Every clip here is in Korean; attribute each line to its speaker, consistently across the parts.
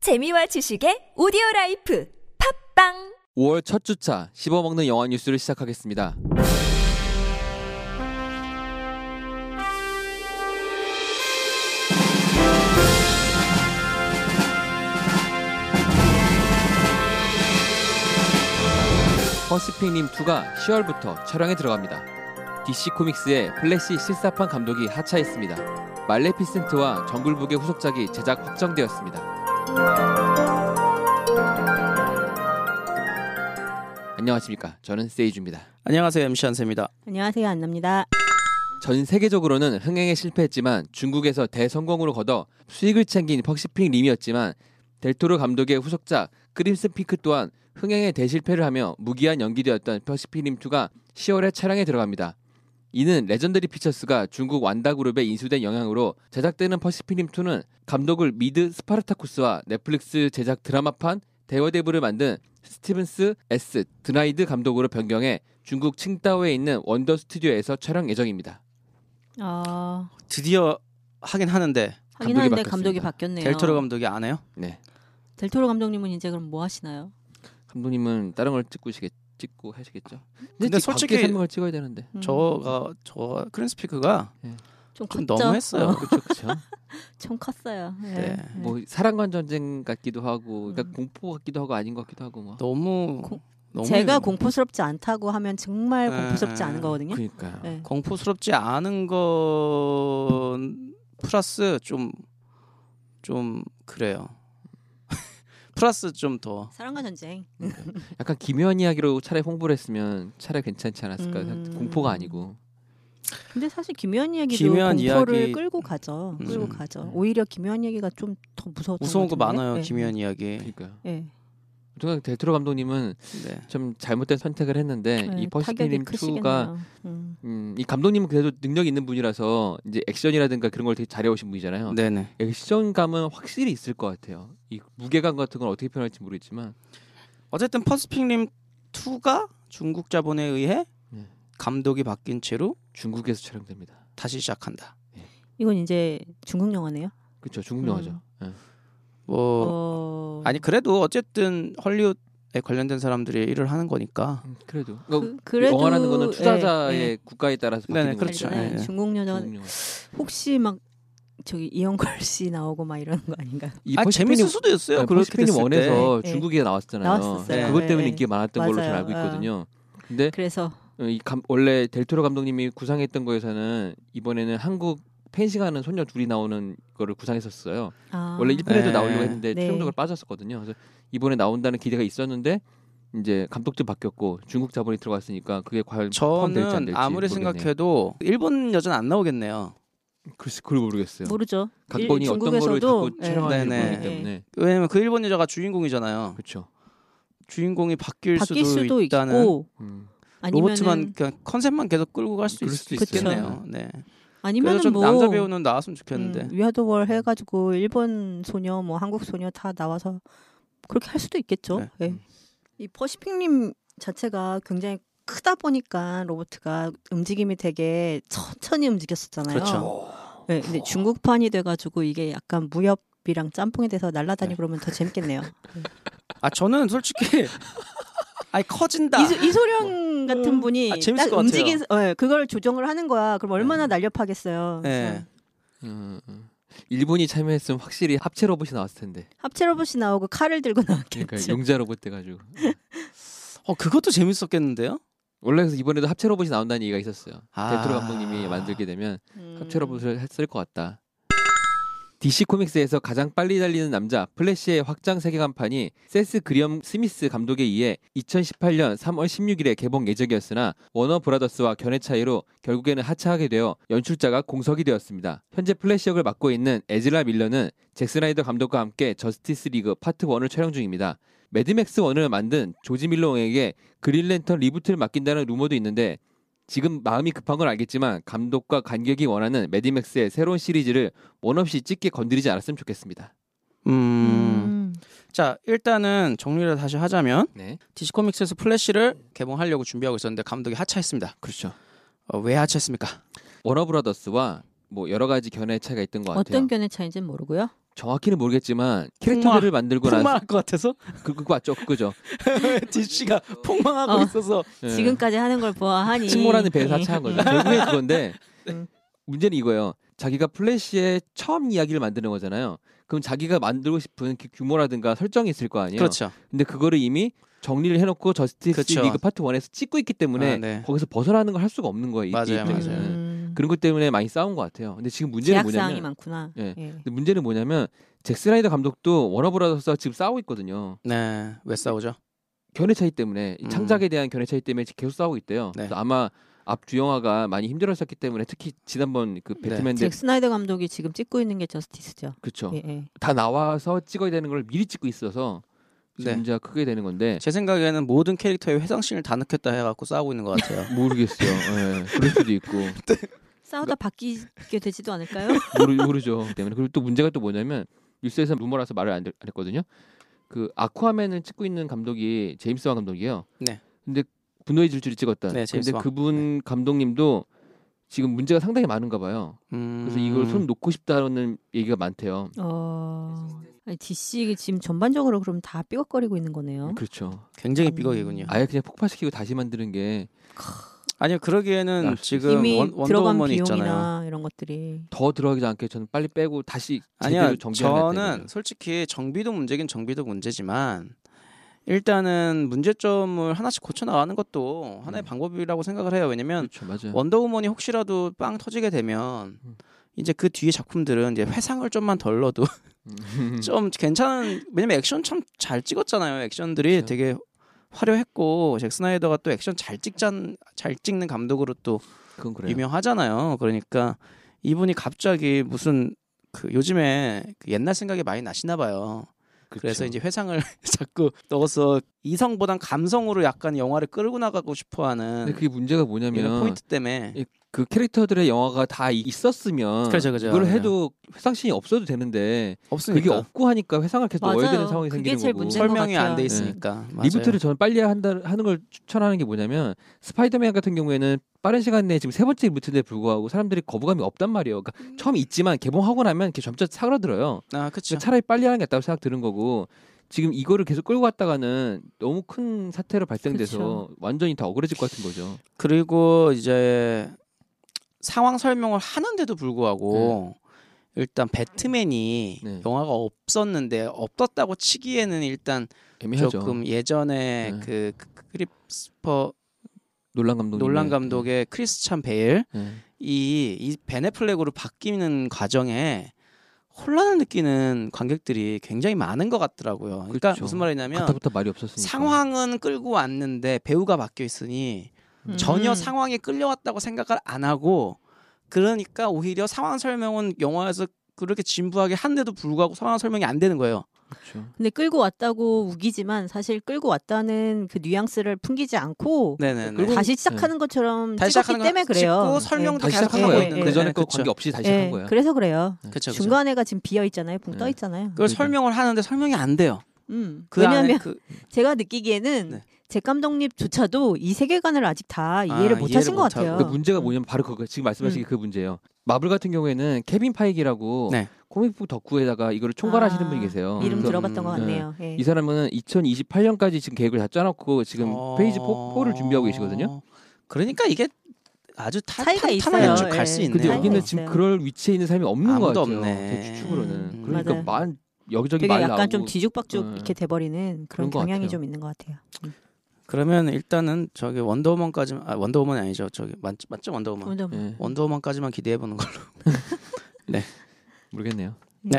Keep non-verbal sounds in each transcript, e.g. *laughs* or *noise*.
Speaker 1: 재미와 지식의 오디오 라이프 팝빵
Speaker 2: 5월 첫 주차 씹어먹는 영화 뉴스를 시작하겠습니다. 허스핑님 2가 10월부터 촬영에 들어갑니다. DC 코믹스의 플래시 실사판 감독이 하차했습니다. 말레피센트와 정글북의 후속작이 제작 확정되었습니다. 안녕하십니까. 저는 세이주입니다.
Speaker 3: 안녕하세요 MC 한세입니다.
Speaker 4: 안녕하세요 안나입니다.
Speaker 2: 전 세계적으로는 흥행에 실패했지만 중국에서 대성공으로 거둬 수익을 챙긴 퍽시핑 림이었지만 델토르 감독의 후속작 크림슨 피크 또한 흥행에 대실패를 하며 무기한 연기되었던 퍽시핑 림2가 10월에 촬영에 들어갑니다. 이는 레전더리 피처스가 중국 완다 그룹에 인수된 영향으로 제작되는 퍼시핑 림2는 감독을 미드 스파르타쿠스와 넷플릭스 제작 드라마판 대워데브를 만든 스티븐스 S 드나이드 감독으로 변경해 중국 칭다오에 있는 원더 스튜디오에서 촬영 예정입니다.
Speaker 4: 아
Speaker 3: 드디어 하긴 하는데
Speaker 2: 감독이
Speaker 4: 하긴 하는데
Speaker 2: 바뀌었습니다.
Speaker 4: 감독이 바뀌었네요. 어. 음.
Speaker 3: 델토로 감독이 안 해요?
Speaker 2: 네.
Speaker 4: 델토로 감독님은 이제 그럼 뭐 하시나요?
Speaker 2: 감독님은 다른 걸 찍고 시겠 찍고 하시겠죠. 근데,
Speaker 3: 근데
Speaker 2: 솔직히
Speaker 3: 솔직히-
Speaker 2: 설명을 찍어야 되는데.
Speaker 4: 음,
Speaker 3: 저가 저 크린스피크가
Speaker 4: 좀
Speaker 3: 좀
Speaker 4: 컸죠?
Speaker 3: 너무했어요.
Speaker 4: 어,
Speaker 2: 그렇죠, *laughs* 그렇죠.
Speaker 4: 좀 컸어요. 예.
Speaker 3: 네.
Speaker 4: 예.
Speaker 2: 뭐 사랑관 전쟁 같기도 하고, 그러니까
Speaker 4: 음.
Speaker 2: 공포 같기도 하고 아닌 것 같기도 하고 뭐.
Speaker 3: 너무
Speaker 4: 공-
Speaker 3: 너무
Speaker 4: 제가 공포스럽지 않다고 하면 정말
Speaker 3: 예,
Speaker 4: 공포스럽지
Speaker 3: 예,
Speaker 4: 않은 거거든요.
Speaker 2: 그러니까요.
Speaker 4: 예.
Speaker 3: 공포스럽지 않은 건 플러스 좀 좀 그래요. *laughs* 플러스 좀 더.
Speaker 4: 사랑과 전쟁.
Speaker 2: 약간 기묘한 이야기로 차라리 홍보를 했으면 차라리 괜찮지 않았을까
Speaker 4: 음.
Speaker 2: 생각- 공포가 아니고
Speaker 4: 근데 사실 김요한 이야기도
Speaker 3: 기묘한
Speaker 4: 공포를
Speaker 3: 이야기-
Speaker 4: 끌고 가죠.
Speaker 3: 음.
Speaker 4: 끌고 가죠. 오히려 김요한 얘기가 좀 더 무서웠던
Speaker 3: 무서운 거
Speaker 4: 것 같은데?
Speaker 3: 많아요 네,
Speaker 4: 예.
Speaker 3: 김현 이야기.
Speaker 2: 그러니까요
Speaker 4: 예.
Speaker 2: 저는 델트로 감독님은
Speaker 3: 네.
Speaker 2: 좀 잘못된 선택을 했는데
Speaker 4: 예,
Speaker 2: 이
Speaker 4: 타격이
Speaker 2: 퍼시피님 2가
Speaker 4: 크시겠네요. 음.
Speaker 2: 음, 이 감독님은 그래도 능력 있는 분이라서 이제 액션이라든가 그런 걸 되게 잘해오신 분이잖아요
Speaker 4: 어.
Speaker 3: 네네.
Speaker 2: 액션감은 확실히 있을 것 같아요 이 무게감 같은 건 어떻게 표현할지 모르겠지만
Speaker 3: 어쨌든 퍼스픽님 2가 중국 자본에 의해
Speaker 2: 네.
Speaker 3: 감독이 바뀐 채로
Speaker 2: 중국에서 촬영됩니다
Speaker 3: 다시 시작한다.
Speaker 4: 이건 이제 중국 영화네요.
Speaker 2: 그렇죠 중국 영화죠
Speaker 4: 음.
Speaker 2: 예.
Speaker 3: 뭐
Speaker 4: 어...
Speaker 3: 아니 그래도 어쨌든 헐리우드에 관련된 사람들이 일을 하는 거니까
Speaker 2: 음, 그래도 그러니까
Speaker 4: 그래도-
Speaker 2: 영화라는 거는
Speaker 4: 예,
Speaker 2: 투자자의
Speaker 4: 예.
Speaker 2: 국가에 따라서
Speaker 3: 네네,
Speaker 2: 바뀌는
Speaker 3: 그렇죠.
Speaker 2: 거니까.
Speaker 4: 알잖아요.
Speaker 3: 예, 그 예.
Speaker 4: 중국 영화
Speaker 2: 중국 영화.
Speaker 4: 혹시 막 저기 이영걸 씨 나오고 막 이러는 거
Speaker 3: *laughs*
Speaker 4: 아닌가?
Speaker 2: 이
Speaker 3: 아
Speaker 2: 퍼시피님
Speaker 3: 재밌을 수도 있어요. 그렇게
Speaker 2: 퍼시피님
Speaker 3: 됐을 때.
Speaker 2: 원에서
Speaker 4: 때. 예, 예.
Speaker 2: 중국에 나왔잖아요.
Speaker 4: 나왔었어요.
Speaker 2: 그것
Speaker 4: 예,
Speaker 2: 때문에
Speaker 4: 예.
Speaker 2: 인기 가 많았던 걸로 잘
Speaker 4: 맞아요.
Speaker 2: 알고
Speaker 4: 아.
Speaker 2: 있거든요. 근데
Speaker 4: 그래서
Speaker 2: 어, 이 감- 원래 델토로 감독님이 구상했던 거에서는 이번에는 한국 펜싱하는 소녀 둘이 나오는 거를 구상했었어요.
Speaker 4: 아,
Speaker 2: 원래 1편에도
Speaker 3: 네.
Speaker 2: 나오려고 했는데
Speaker 4: 네.
Speaker 2: 최종적으로 빠졌었거든요. 그래서 이번에 나온다는 기대가 있었는데 이제 감독도 바뀌었고 중국 자본이 들어갔으니까 그게 과연 포함될지 안
Speaker 3: 저는
Speaker 2: 될지
Speaker 3: 아무리
Speaker 2: 모르겠네요.
Speaker 3: 생각해도 일본 여자는 안 나오겠네요.
Speaker 2: 글쎄 그걸 모르겠어요.
Speaker 4: 모르죠.
Speaker 2: 각본이
Speaker 4: 뭐, 일-
Speaker 2: 어떤 거를
Speaker 4: 중국에서도,
Speaker 2: 갖고
Speaker 4: 예.
Speaker 2: 촬영하는지
Speaker 3: 네네.
Speaker 2: 모르기 때문에
Speaker 3: 왜냐면 그 일본 여자가 주인공이잖아요.
Speaker 2: 그렇죠.
Speaker 3: 주인공이 바뀔,
Speaker 4: 바뀔 수도,
Speaker 3: 있다는
Speaker 4: 있고
Speaker 2: 음.
Speaker 3: 로버트만
Speaker 4: 아니면은
Speaker 3: 그냥 컨셉만 계속 끌고 갈 수
Speaker 2: 그럴
Speaker 3: 있을
Speaker 2: 수도
Speaker 3: 수도
Speaker 2: 있어요.
Speaker 3: 있겠네요. 네. 그래서
Speaker 4: 아니면은
Speaker 3: 좀
Speaker 4: 뭐
Speaker 3: 남자 배우는 나왔으면
Speaker 4: 음,
Speaker 3: 좋겠는데.
Speaker 4: 위아더월 해가지고 일본 소녀 뭐 한국 소녀 다 나와서 그렇게 할 수도 있겠죠.
Speaker 3: 네.
Speaker 4: 예.
Speaker 2: 음.
Speaker 4: 이 퍼시픽님 자체가 굉장히 크다 보니까 로버트가 움직임이 되게 천천히 움직였었잖아요.
Speaker 3: 그렇죠.
Speaker 4: 네, 근데 중국판이 돼가지고 이게 약간 무협이랑 짬뽕이 돼서 날라다니
Speaker 2: 네.
Speaker 4: 그러면 더
Speaker 3: *laughs*
Speaker 4: 재밌겠네요.
Speaker 3: 아 저는
Speaker 4: *laughs*
Speaker 3: 솔직히 아니 커진다.
Speaker 4: 이소, 이소룡 같은 분이
Speaker 3: 아, 재밌을
Speaker 4: 딱
Speaker 3: 것 같아요.
Speaker 4: 움직이, 예, 그걸 조정을 하는 거야. 그럼 얼마나 날렵하겠어요.
Speaker 3: 네.
Speaker 2: 음, 음. 일본이 참여했으면 확실히 합체 로봇이 나왔을
Speaker 4: *laughs*
Speaker 2: 텐데.
Speaker 4: 합체 로봇이 나오고 칼을 들고 나왔겠죠.
Speaker 2: 그러니까 용자 로봇 돼가지고.
Speaker 3: 어 그것도 재밌었겠는데요.
Speaker 2: 원래 그래서 이번에도 합체 로봇이 나온다는 얘기가 있었어요.
Speaker 3: 아.
Speaker 2: 델토로 감독님이 만들게 되면
Speaker 4: 음.
Speaker 2: 합체 로봇을 했을 것 같다. DC 코믹스에서 가장 빨리 달리는 남자 플래시의 확장 세계관판이 세스 그리엄 스미스 감독에 의해 2018년 3월 16일에 개봉 예정이었으나 워너 브라더스와 견해 차이로 결국에는 하차하게 되어 연출자가 공석이 되었습니다. 현재 플래시 역을 맡고 있는 에즈라 밀러는 잭 스나이더 감독과 함께 저스티스 리그 파트 1을 촬영 중입니다. 매드맥스 1을 만든 조지 밀러에게 그린랜턴 리부트를 맡긴다는 루머도 있는데 지금 마음이 급한 건 알겠지만 감독과 관객이 원하는 매디맥스의 새로운 시리즈를 원 없이 찍게 건드리지 않았으면 좋겠습니다.
Speaker 3: 음. 자 일단은 정리를 다시 하자면
Speaker 2: 네,
Speaker 3: DC 코믹스에서 플래시를 개봉하려고 준비하고 있었는데 감독이 하차했습니다.
Speaker 2: 그렇죠.
Speaker 3: 어, 왜 하차했습니까?
Speaker 2: 워너브라더스와 뭐 여러 가지 견해 차이가 있던 것 같아요.
Speaker 4: 어떤 견해 차이인지는 모르고요.
Speaker 2: 정확히는 모르겠지만 캐릭터들을 만들고 나서
Speaker 3: 폭망할
Speaker 2: *laughs*
Speaker 3: 것 같아서
Speaker 2: 그 그거 맞죠 그죠
Speaker 3: 디씨가 폭망하고
Speaker 4: 어.
Speaker 3: 있어서
Speaker 2: 예.
Speaker 4: 지금까지 하는 걸 보아하니
Speaker 2: 침몰하는 배에
Speaker 4: 예.
Speaker 2: 사차한 거죠
Speaker 4: 음.
Speaker 2: 결국에 그건데
Speaker 4: *laughs* 음.
Speaker 2: 문제는 이거예요 자기가 플래시의 처음 이야기를 만드는 거잖아요 그럼 자기가 만들고 싶은 그 규모라든가 설정이 있을 거 아니에요
Speaker 3: 그렇죠.
Speaker 2: 근데 그거를 이미 정리를 해놓고 저스티스
Speaker 3: 그쵸.
Speaker 2: 리그 파트 1에서 찍고 있기 때문에
Speaker 3: 아, 네.
Speaker 2: 거기서 벗어나는 걸 할 수가 없는 거예요. 이- 이
Speaker 3: 맞아요,
Speaker 2: 입장에서는.
Speaker 3: 맞아요.
Speaker 4: 음.
Speaker 2: 그런 것 때문에 많이 싸운 것 같아요. 근데 지금 문제는
Speaker 4: 제약 사항이
Speaker 2: 뭐냐면
Speaker 4: 많구나.
Speaker 2: 예.
Speaker 4: 예.
Speaker 2: 근데 문제는 뭐냐면 잭 스라이더 감독도 워너브라더스와 지금 싸우고 있거든요.
Speaker 3: 네, 왜 싸우죠?
Speaker 2: 견해 차이 때문에 이
Speaker 3: 음.
Speaker 2: 창작에 대한 견해 차이 때문에 지금 계속 싸우고 있대요.
Speaker 3: 네.
Speaker 2: 그래서 아마 앞 주영화가 많이 힘들었었기 때문에 특히 지난번 그
Speaker 3: 네.
Speaker 2: 배트맨 데
Speaker 4: 잭 스나이더 감독이 지금 찍고 있는 게 저스티스죠.
Speaker 3: 어.
Speaker 2: 그렇죠.
Speaker 4: 예, 예.
Speaker 2: 다 나와서 찍어야 되는 걸 미리 찍고 있어서 지금
Speaker 3: 네.
Speaker 2: 문제가 크게 되는 건데
Speaker 3: 제 생각에는 모든 캐릭터의 회상신을 다 넣겠다 해갖고 싸우고 있는
Speaker 2: *laughs*
Speaker 3: 것 같아요.
Speaker 2: 모르겠어요. 예, 그럴 수도 있고.
Speaker 4: 싸우다 바뀌게 되지도
Speaker 3: *laughs*
Speaker 4: 않을까요?
Speaker 2: 모르, 모르죠. 때문에 그리고 또 문제가 또 뭐냐면 뉴스에서 루머라서 말을 안, 들- 안 했거든요. 그 아쿠아맨을 찍고 있는 감독이 제임스 왕 감독이에요.
Speaker 3: 네.
Speaker 2: 근데 분노의 질주를 찍었다.
Speaker 3: 네, 제임스
Speaker 2: 근데
Speaker 3: 왕.
Speaker 2: 그분 감독님도 지금 문제가 상당히 많은가 봐요.
Speaker 3: 음...
Speaker 2: 그래서 이걸 손 놓고 싶다는 얘기가 많대요.
Speaker 4: 어. 아니, DC 지금 전반적으로 그럼 다 삐걱거리고 있는
Speaker 3: 어?
Speaker 4: 거네요.
Speaker 2: 그렇죠.
Speaker 3: 굉장히 삐걱이군요.
Speaker 2: 아예 그냥 폭파시키고 다시 만드는 게 더
Speaker 3: 아니요 그러기에는
Speaker 2: 아,
Speaker 3: 지금
Speaker 4: 이미
Speaker 3: 원,
Speaker 4: 들어간
Speaker 3: 원더우먼이 있잖아요.
Speaker 4: 비용이나 이런 것들이
Speaker 2: 들어가지 않게 저는 빨리 빼고 다시
Speaker 3: 아니요
Speaker 2: 제대로 정비해야
Speaker 3: 저는 솔직히 정비도 문제긴 정비도 문제지만 일단은 문제점을 하나씩 고쳐 나가는 것도 하나의
Speaker 2: 음.
Speaker 3: 방법이라고 생각을 해요. 왜냐면
Speaker 2: 그렇죠, 맞아요.
Speaker 3: 원더우먼이 혹시라도 빵 터지게 되면
Speaker 2: 음.
Speaker 3: 이제 그 뒤에 작품들은 이제 회상을 좀만 덜 넣어도
Speaker 2: 음.
Speaker 3: *laughs* 좀 괜찮은 왜냐면 액션 참 잘 찍었잖아요. 액션들이
Speaker 2: 그렇죠.
Speaker 3: 되게 화려했고 잭 스나이더가 또 액션 잘 찍잔 잘 찍는 감독으로 또
Speaker 2: 그건 그래요.
Speaker 3: 유명하잖아요. 그러니까 이분이 갑자기 무슨 그 요즘에 그 옛날 생각이 많이 나시나 봐요.
Speaker 2: 그렇죠.
Speaker 3: 그래서 이제 회상을 *laughs* 자꾸 넣어서 이성보단 감성으로 약간 영화를 끌고 나가고 싶어하는
Speaker 2: 근데 네, 그게 문제가
Speaker 3: 이런
Speaker 2: 뭐냐면
Speaker 3: 포인트 때문에
Speaker 2: 이- 그 캐릭터들의 영화가 다 이- 있었으면
Speaker 3: 그렇죠, 그렇죠.
Speaker 2: 걸
Speaker 3: 네. 그러니까.
Speaker 2: 해도 회상씬이 없어도 되는데
Speaker 3: 없으니까
Speaker 2: 그게 없고 하니까 회상을 계속 넣어야 되는
Speaker 4: 맞아요.
Speaker 2: 상황이
Speaker 4: 그게
Speaker 2: 생기는
Speaker 4: 제일
Speaker 2: 거고
Speaker 4: 문제인 것
Speaker 3: 설명이 안 돼
Speaker 4: 같아요.
Speaker 3: 있으니까 맞아요. 네.
Speaker 2: 리부트를 저는 빨리 한다 하는 걸 추천하는 게 뭐냐면 스파이더맨 같은 경우에는 빠른 시간 내에 지금 세 번째 리부트인데 불구하고 사람들이 거부감이 없단 말이에요. 그러니까 처음 있지만 개봉하고 나면 이렇게 점차 사그라들어요.
Speaker 3: 아 그렇죠.
Speaker 2: 그러니까 차라리 빨리 하는 게 낫다고 생각 드는 거고 지금 이거를 계속 끌고 갔다가는 너무 큰 사태로 발생돼서
Speaker 4: 그쵸.
Speaker 2: 완전히 다 억울해질 것 같은 거죠.
Speaker 3: 그리고 이제 상황 설명을 하는데도 불구하고 일단 배트맨이
Speaker 2: 네.
Speaker 3: 영화가 없었는데 없었다고 치기에는 일단
Speaker 2: 애매하죠.
Speaker 3: 조금 예전에
Speaker 2: 네.
Speaker 3: 그 크- 크리스퍼
Speaker 2: 놀란 감독.
Speaker 3: 놀란 감독의 크리스찬 베일
Speaker 2: 네.
Speaker 3: 이이 베네플렉으로 바뀌는 과정에 혼란을 느끼는 관객들이 굉장히 많은 것 같더라고요. 그러니까
Speaker 2: 그렇죠.
Speaker 3: 무슨 말이냐면
Speaker 2: 그때부터 말이 없었으니까.
Speaker 3: 상황은 끌고 왔는데 배우가 바뀌어 있으니
Speaker 4: 음.
Speaker 3: 전혀 상황에 끌려왔다고 생각을 안 하고 그러니까 오히려 상황 설명은 영화에서 그렇게 진부하게 한데도 불구하고 상황 설명이 안 되는 거예요.
Speaker 2: 그렇죠.
Speaker 4: 근데 끌고 왔다고 우기지만 사실 끌고 왔다는 그 뉘앙스를 풍기지 않고
Speaker 3: 네네.
Speaker 2: 그리고
Speaker 4: 다시 시작하는 것처럼
Speaker 3: 다시
Speaker 4: 찍었기
Speaker 3: 시작하는 거
Speaker 4: 때문에 그래요.
Speaker 3: 찍고 설명도
Speaker 2: 다시
Speaker 3: 계속
Speaker 2: 시작한
Speaker 4: 하고
Speaker 2: 거예요.
Speaker 4: 있는데.
Speaker 2: 그 전에
Speaker 3: 네,
Speaker 2: 거
Speaker 3: 그쵸.
Speaker 2: 관계 없이 다시
Speaker 4: 예. 예,
Speaker 2: 시작한 거예요.
Speaker 4: 그래서 그래요.
Speaker 3: 그쵸, 그쵸.
Speaker 4: 중간에가 지금 비어 있잖아요. 붕
Speaker 2: 네.
Speaker 4: 떠 있잖아요.
Speaker 3: 그걸 설명을 하는데 설명이 안 돼요.
Speaker 4: 음.
Speaker 3: 그 안에
Speaker 4: 왜냐하면 *laughs*
Speaker 3: 그
Speaker 4: 제가 느끼기에는
Speaker 3: 네.
Speaker 4: 제 감독님조차도 이 세계관을 아직 다 이해를
Speaker 3: 아,
Speaker 4: 못
Speaker 3: 이해를
Speaker 4: 하신 것
Speaker 3: 못하고.
Speaker 4: 같아요.
Speaker 2: 그러니까 문제가 뭐냐면 바로 그거 지금 말씀하신 게 그 문제예요. 마블 같은 경우에는 케빈 파이기라고
Speaker 3: 음. 네.
Speaker 2: 코믹북 덕후에다가 이거를 총괄하시는
Speaker 4: 아,
Speaker 2: 분이 계세요.
Speaker 4: 이름
Speaker 2: 그래서
Speaker 4: 들어봤던 것
Speaker 3: 음,
Speaker 4: 같네요. 예.
Speaker 2: 이 사람은 2028년까지 지금 계획을 다 짜놓고 지금
Speaker 3: 어.
Speaker 2: 페이지 4, 를 준비하고 계시거든요.
Speaker 3: 그러니까 이게 아주 타,
Speaker 4: 차이가
Speaker 3: 탄탄하게
Speaker 2: 있어요.
Speaker 3: 쭉갈수
Speaker 4: 예.
Speaker 3: 있네요.
Speaker 2: 근데
Speaker 4: 차이가
Speaker 2: 여기는
Speaker 4: 있어요.
Speaker 2: 지금 그럴 위치에 있는 사람이 없는 것
Speaker 3: 아무도
Speaker 2: 같아요.
Speaker 3: 없네.
Speaker 2: 제 추측으로는.
Speaker 3: 음,
Speaker 2: 그러니까
Speaker 4: 맞아요.
Speaker 2: 만 여기저기
Speaker 4: 되게
Speaker 2: 말
Speaker 4: 약간
Speaker 2: 나오고
Speaker 4: 좀 뒤죽박죽
Speaker 2: 예.
Speaker 4: 이렇게 돼버리는
Speaker 2: 그런
Speaker 4: 그런
Speaker 2: 것
Speaker 4: 경향이
Speaker 2: 같아요.
Speaker 4: 좀 있는 것 같아요.
Speaker 3: 그러면 일단은 저기 원더우먼까지 아, 원더우먼이 아니죠. 저기 맞, 맞죠 원더우먼.
Speaker 4: 먼저
Speaker 2: 예,
Speaker 3: 원더우먼까지만 기대해 보는 걸로.
Speaker 2: 모르겠네요.
Speaker 3: 네.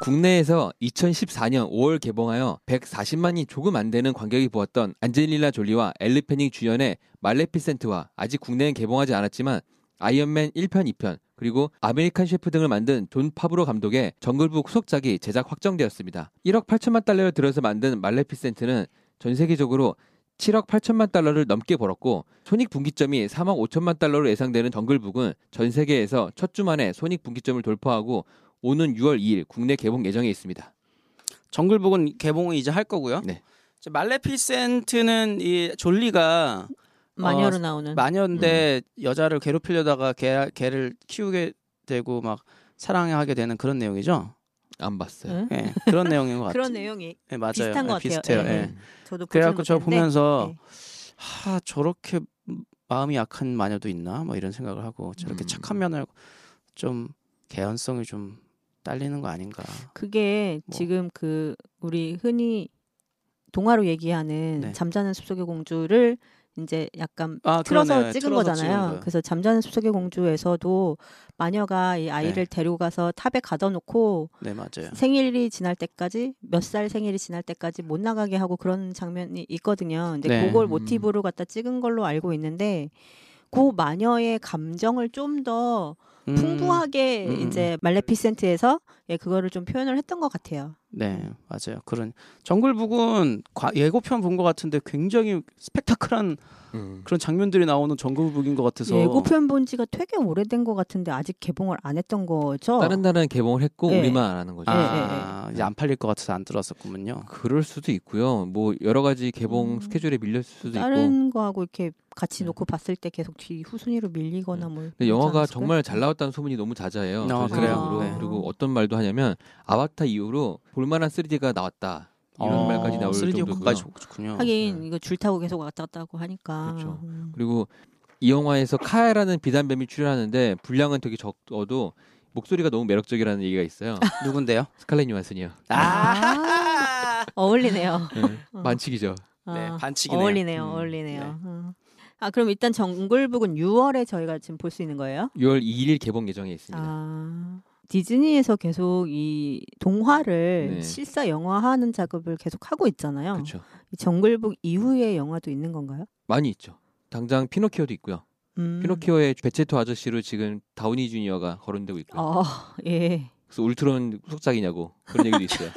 Speaker 2: 국내에서 2014년 5월 개봉하여 140만이 조금 안 되는 관객이 보았던 안젤리나 졸리와 엘리 페닝 주연의 말레피센트와 아직 국내엔 개봉하지 않았지만 아이언맨 1편, 2편 그리고 아메리칸 셰프 등을 만든 존 파브로 감독의 정글북 후속작이 제작 확정되었습니다. 1억 8천만 달러를 들여서 만든 말레피센트는 전 세계적으로 7억 8천만 달러를 넘게 벌었고 손익 분기점이 3억 5천만 달러로 예상되는 정글북은 전 세계에서 첫 주 만에 손익 분기점을 돌파하고 오는 6월 2일 국내 개봉 예정에 있습니다.
Speaker 3: 정글북은 개봉을 이제 할 거고요.
Speaker 2: 네.
Speaker 3: 자, 말레피센트는 이 졸리가
Speaker 2: 아,
Speaker 4: 마녀로 나오는
Speaker 3: 마녀인데
Speaker 2: 음.
Speaker 3: 여자를 괴롭히려다가 개, 개를 키우게 되고 막 사랑하게 되는 그런 내용이죠.
Speaker 2: 안 봤어요.
Speaker 4: 응?
Speaker 3: 예, 그런 내용인
Speaker 4: *laughs*
Speaker 3: 것 같아요.
Speaker 4: 그런 내용이
Speaker 3: 예, 맞아요.
Speaker 4: 비슷한
Speaker 3: 예,
Speaker 4: 것 같아요.
Speaker 3: 비슷해요.
Speaker 4: 예,
Speaker 3: 예.
Speaker 4: 네. 저도 보지는
Speaker 3: 그래갖고 저
Speaker 4: 못했는데,
Speaker 3: 보면서
Speaker 4: 네.
Speaker 3: 하 저렇게 마음이 약한 마녀도 있나 뭐 이런 생각을 하고 저렇게
Speaker 2: 음.
Speaker 3: 착한 면을 좀 개연성이 좀 딸리는 거 아닌가
Speaker 4: 그게
Speaker 3: 뭐.
Speaker 4: 지금 그 우리 흔히 동화로 얘기하는
Speaker 3: 네.
Speaker 4: 잠자는 숲속의 공주를 이제 약간
Speaker 3: 아,
Speaker 4: 틀어서
Speaker 3: 그러네요.
Speaker 4: 찍은
Speaker 3: 틀어서 찍은
Speaker 4: 거잖아요.
Speaker 3: 거예요.
Speaker 4: 그래서 잠자는 숲속의 공주에서도 마녀가 이
Speaker 3: 네.
Speaker 4: 아이를 데리고 가서 탑에 가둬놓고
Speaker 3: 네 맞아요
Speaker 4: 생일이 지날 때까지 몇 살 생일이 지날 때까지 못 나가게 하고 그런 장면이 있거든요. 근데
Speaker 3: 네.
Speaker 4: 그걸
Speaker 2: 음.
Speaker 4: 모티브로 갖다 찍은 걸로 알고 있는데 그 마녀의 감정을 좀 더
Speaker 3: 음,
Speaker 4: 풍부하게
Speaker 3: 음, 음,
Speaker 4: 이제 말레피센트에서 예, 그거를 좀 표현을 했던 것 같아요.
Speaker 3: 네 맞아요 그런 정글북은 과- 예고편 본 것 같은데 굉장히 스펙타클한
Speaker 2: 음.
Speaker 3: 그런 장면들이 나오는 정글북인 것 같아서
Speaker 4: 예고편 그 본 지가 되게 오래된 것 같은데 아직 개봉을 안 했던 거죠.
Speaker 2: 다른 나라는 개봉을 했고
Speaker 4: 네.
Speaker 2: 우리만 안 하는 거죠.
Speaker 4: 예,
Speaker 3: 아 이제 안 팔릴 것 같아서 안 들어왔었군요
Speaker 2: 그럴 수도 있고요. 뭐 여러 가지 개봉
Speaker 4: 음.
Speaker 2: 스케줄에 밀렸을 수도 있고.
Speaker 4: 다른 거하고 이렇게 같이
Speaker 2: 네.
Speaker 4: 놓고 봤을 때 계속 뒤 후순위로 밀리거나 뭐.
Speaker 2: 근데
Speaker 4: 이러지
Speaker 2: 영화가
Speaker 4: 않았을까요?
Speaker 2: 정말 잘 나왔다는 소문이 너무 잦아요.
Speaker 3: 아,
Speaker 2: 전
Speaker 3: 그래요?
Speaker 2: 세계적으로.
Speaker 3: 네.
Speaker 2: 그리고 어떤 말도 하냐면 아바타 이후로 볼만한 3D가 나왔다. 이런
Speaker 3: 어,
Speaker 2: 말까지 나올
Speaker 3: 3D
Speaker 2: 정도고요.
Speaker 3: 효과까지 좋군요
Speaker 4: 하긴
Speaker 2: 네.
Speaker 4: 이거 줄 타고 계속 왔다 갔다 하고 하니까.
Speaker 2: 그렇죠.
Speaker 4: 음.
Speaker 2: 그리고 이 영화에서 카야라는 비단뱀이 출연하는데 분량은 되게 적어도 목소리가 너무 매력적이라는 얘기가
Speaker 4: *laughs*
Speaker 2: 있어요.
Speaker 3: 누군데요
Speaker 2: 스칼렛 요한슨이요.
Speaker 3: 아
Speaker 2: *laughs*
Speaker 4: 어울리네요.
Speaker 2: 네, 만칙이죠.
Speaker 3: 네,
Speaker 4: 아,
Speaker 3: 반칙이네요.
Speaker 4: 어울리네요.
Speaker 2: 음,
Speaker 4: 어울리네요.
Speaker 3: 네.
Speaker 4: 음. 아 그럼 일단 정글북은 6월에 저희가 지금 볼 수 있는 거예요?
Speaker 2: 6월 2일 개봉 예정에 있습니다.
Speaker 4: 아 디즈니에서 계속 이 동화를
Speaker 2: 네.
Speaker 4: 실사 영화화하는 작업을 계속 하고 있잖아요.
Speaker 2: 그렇죠.
Speaker 4: 이 정글북 이후의 영화도 있는 건가요?
Speaker 2: 많이 있죠. 당장 피노키오도 있고요.
Speaker 4: 음.
Speaker 2: 피노키오의 베체토 아저씨로 지금 다우니 주니어가 거론되고 있고요.
Speaker 4: 어, 예.
Speaker 2: 그래서 울트론 후속작이냐고 그런 얘기도
Speaker 4: *laughs*
Speaker 2: 있어요.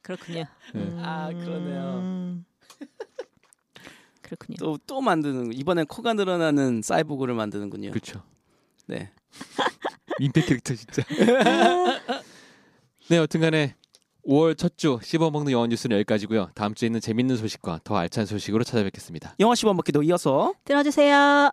Speaker 4: 그렇군요.
Speaker 2: 네.
Speaker 3: 아, 그러네요.
Speaker 4: 음.
Speaker 3: *laughs*
Speaker 4: 그렇군요.
Speaker 3: 또 또 만드는 이번엔 코가 늘어나는 사이보그를 만드는군요
Speaker 2: 그렇죠.
Speaker 3: 네
Speaker 2: 민폐 캐릭터 진짜. 네, 여튼간에 5월 첫 주 씹어먹는 영화 뉴스는 여기까지고요. 다음 주에 있는 재밌는 소식과 더 알찬 소식으로 찾아뵙겠습니다.
Speaker 3: 영화 씹어먹기도 이어서
Speaker 4: 들어주세요.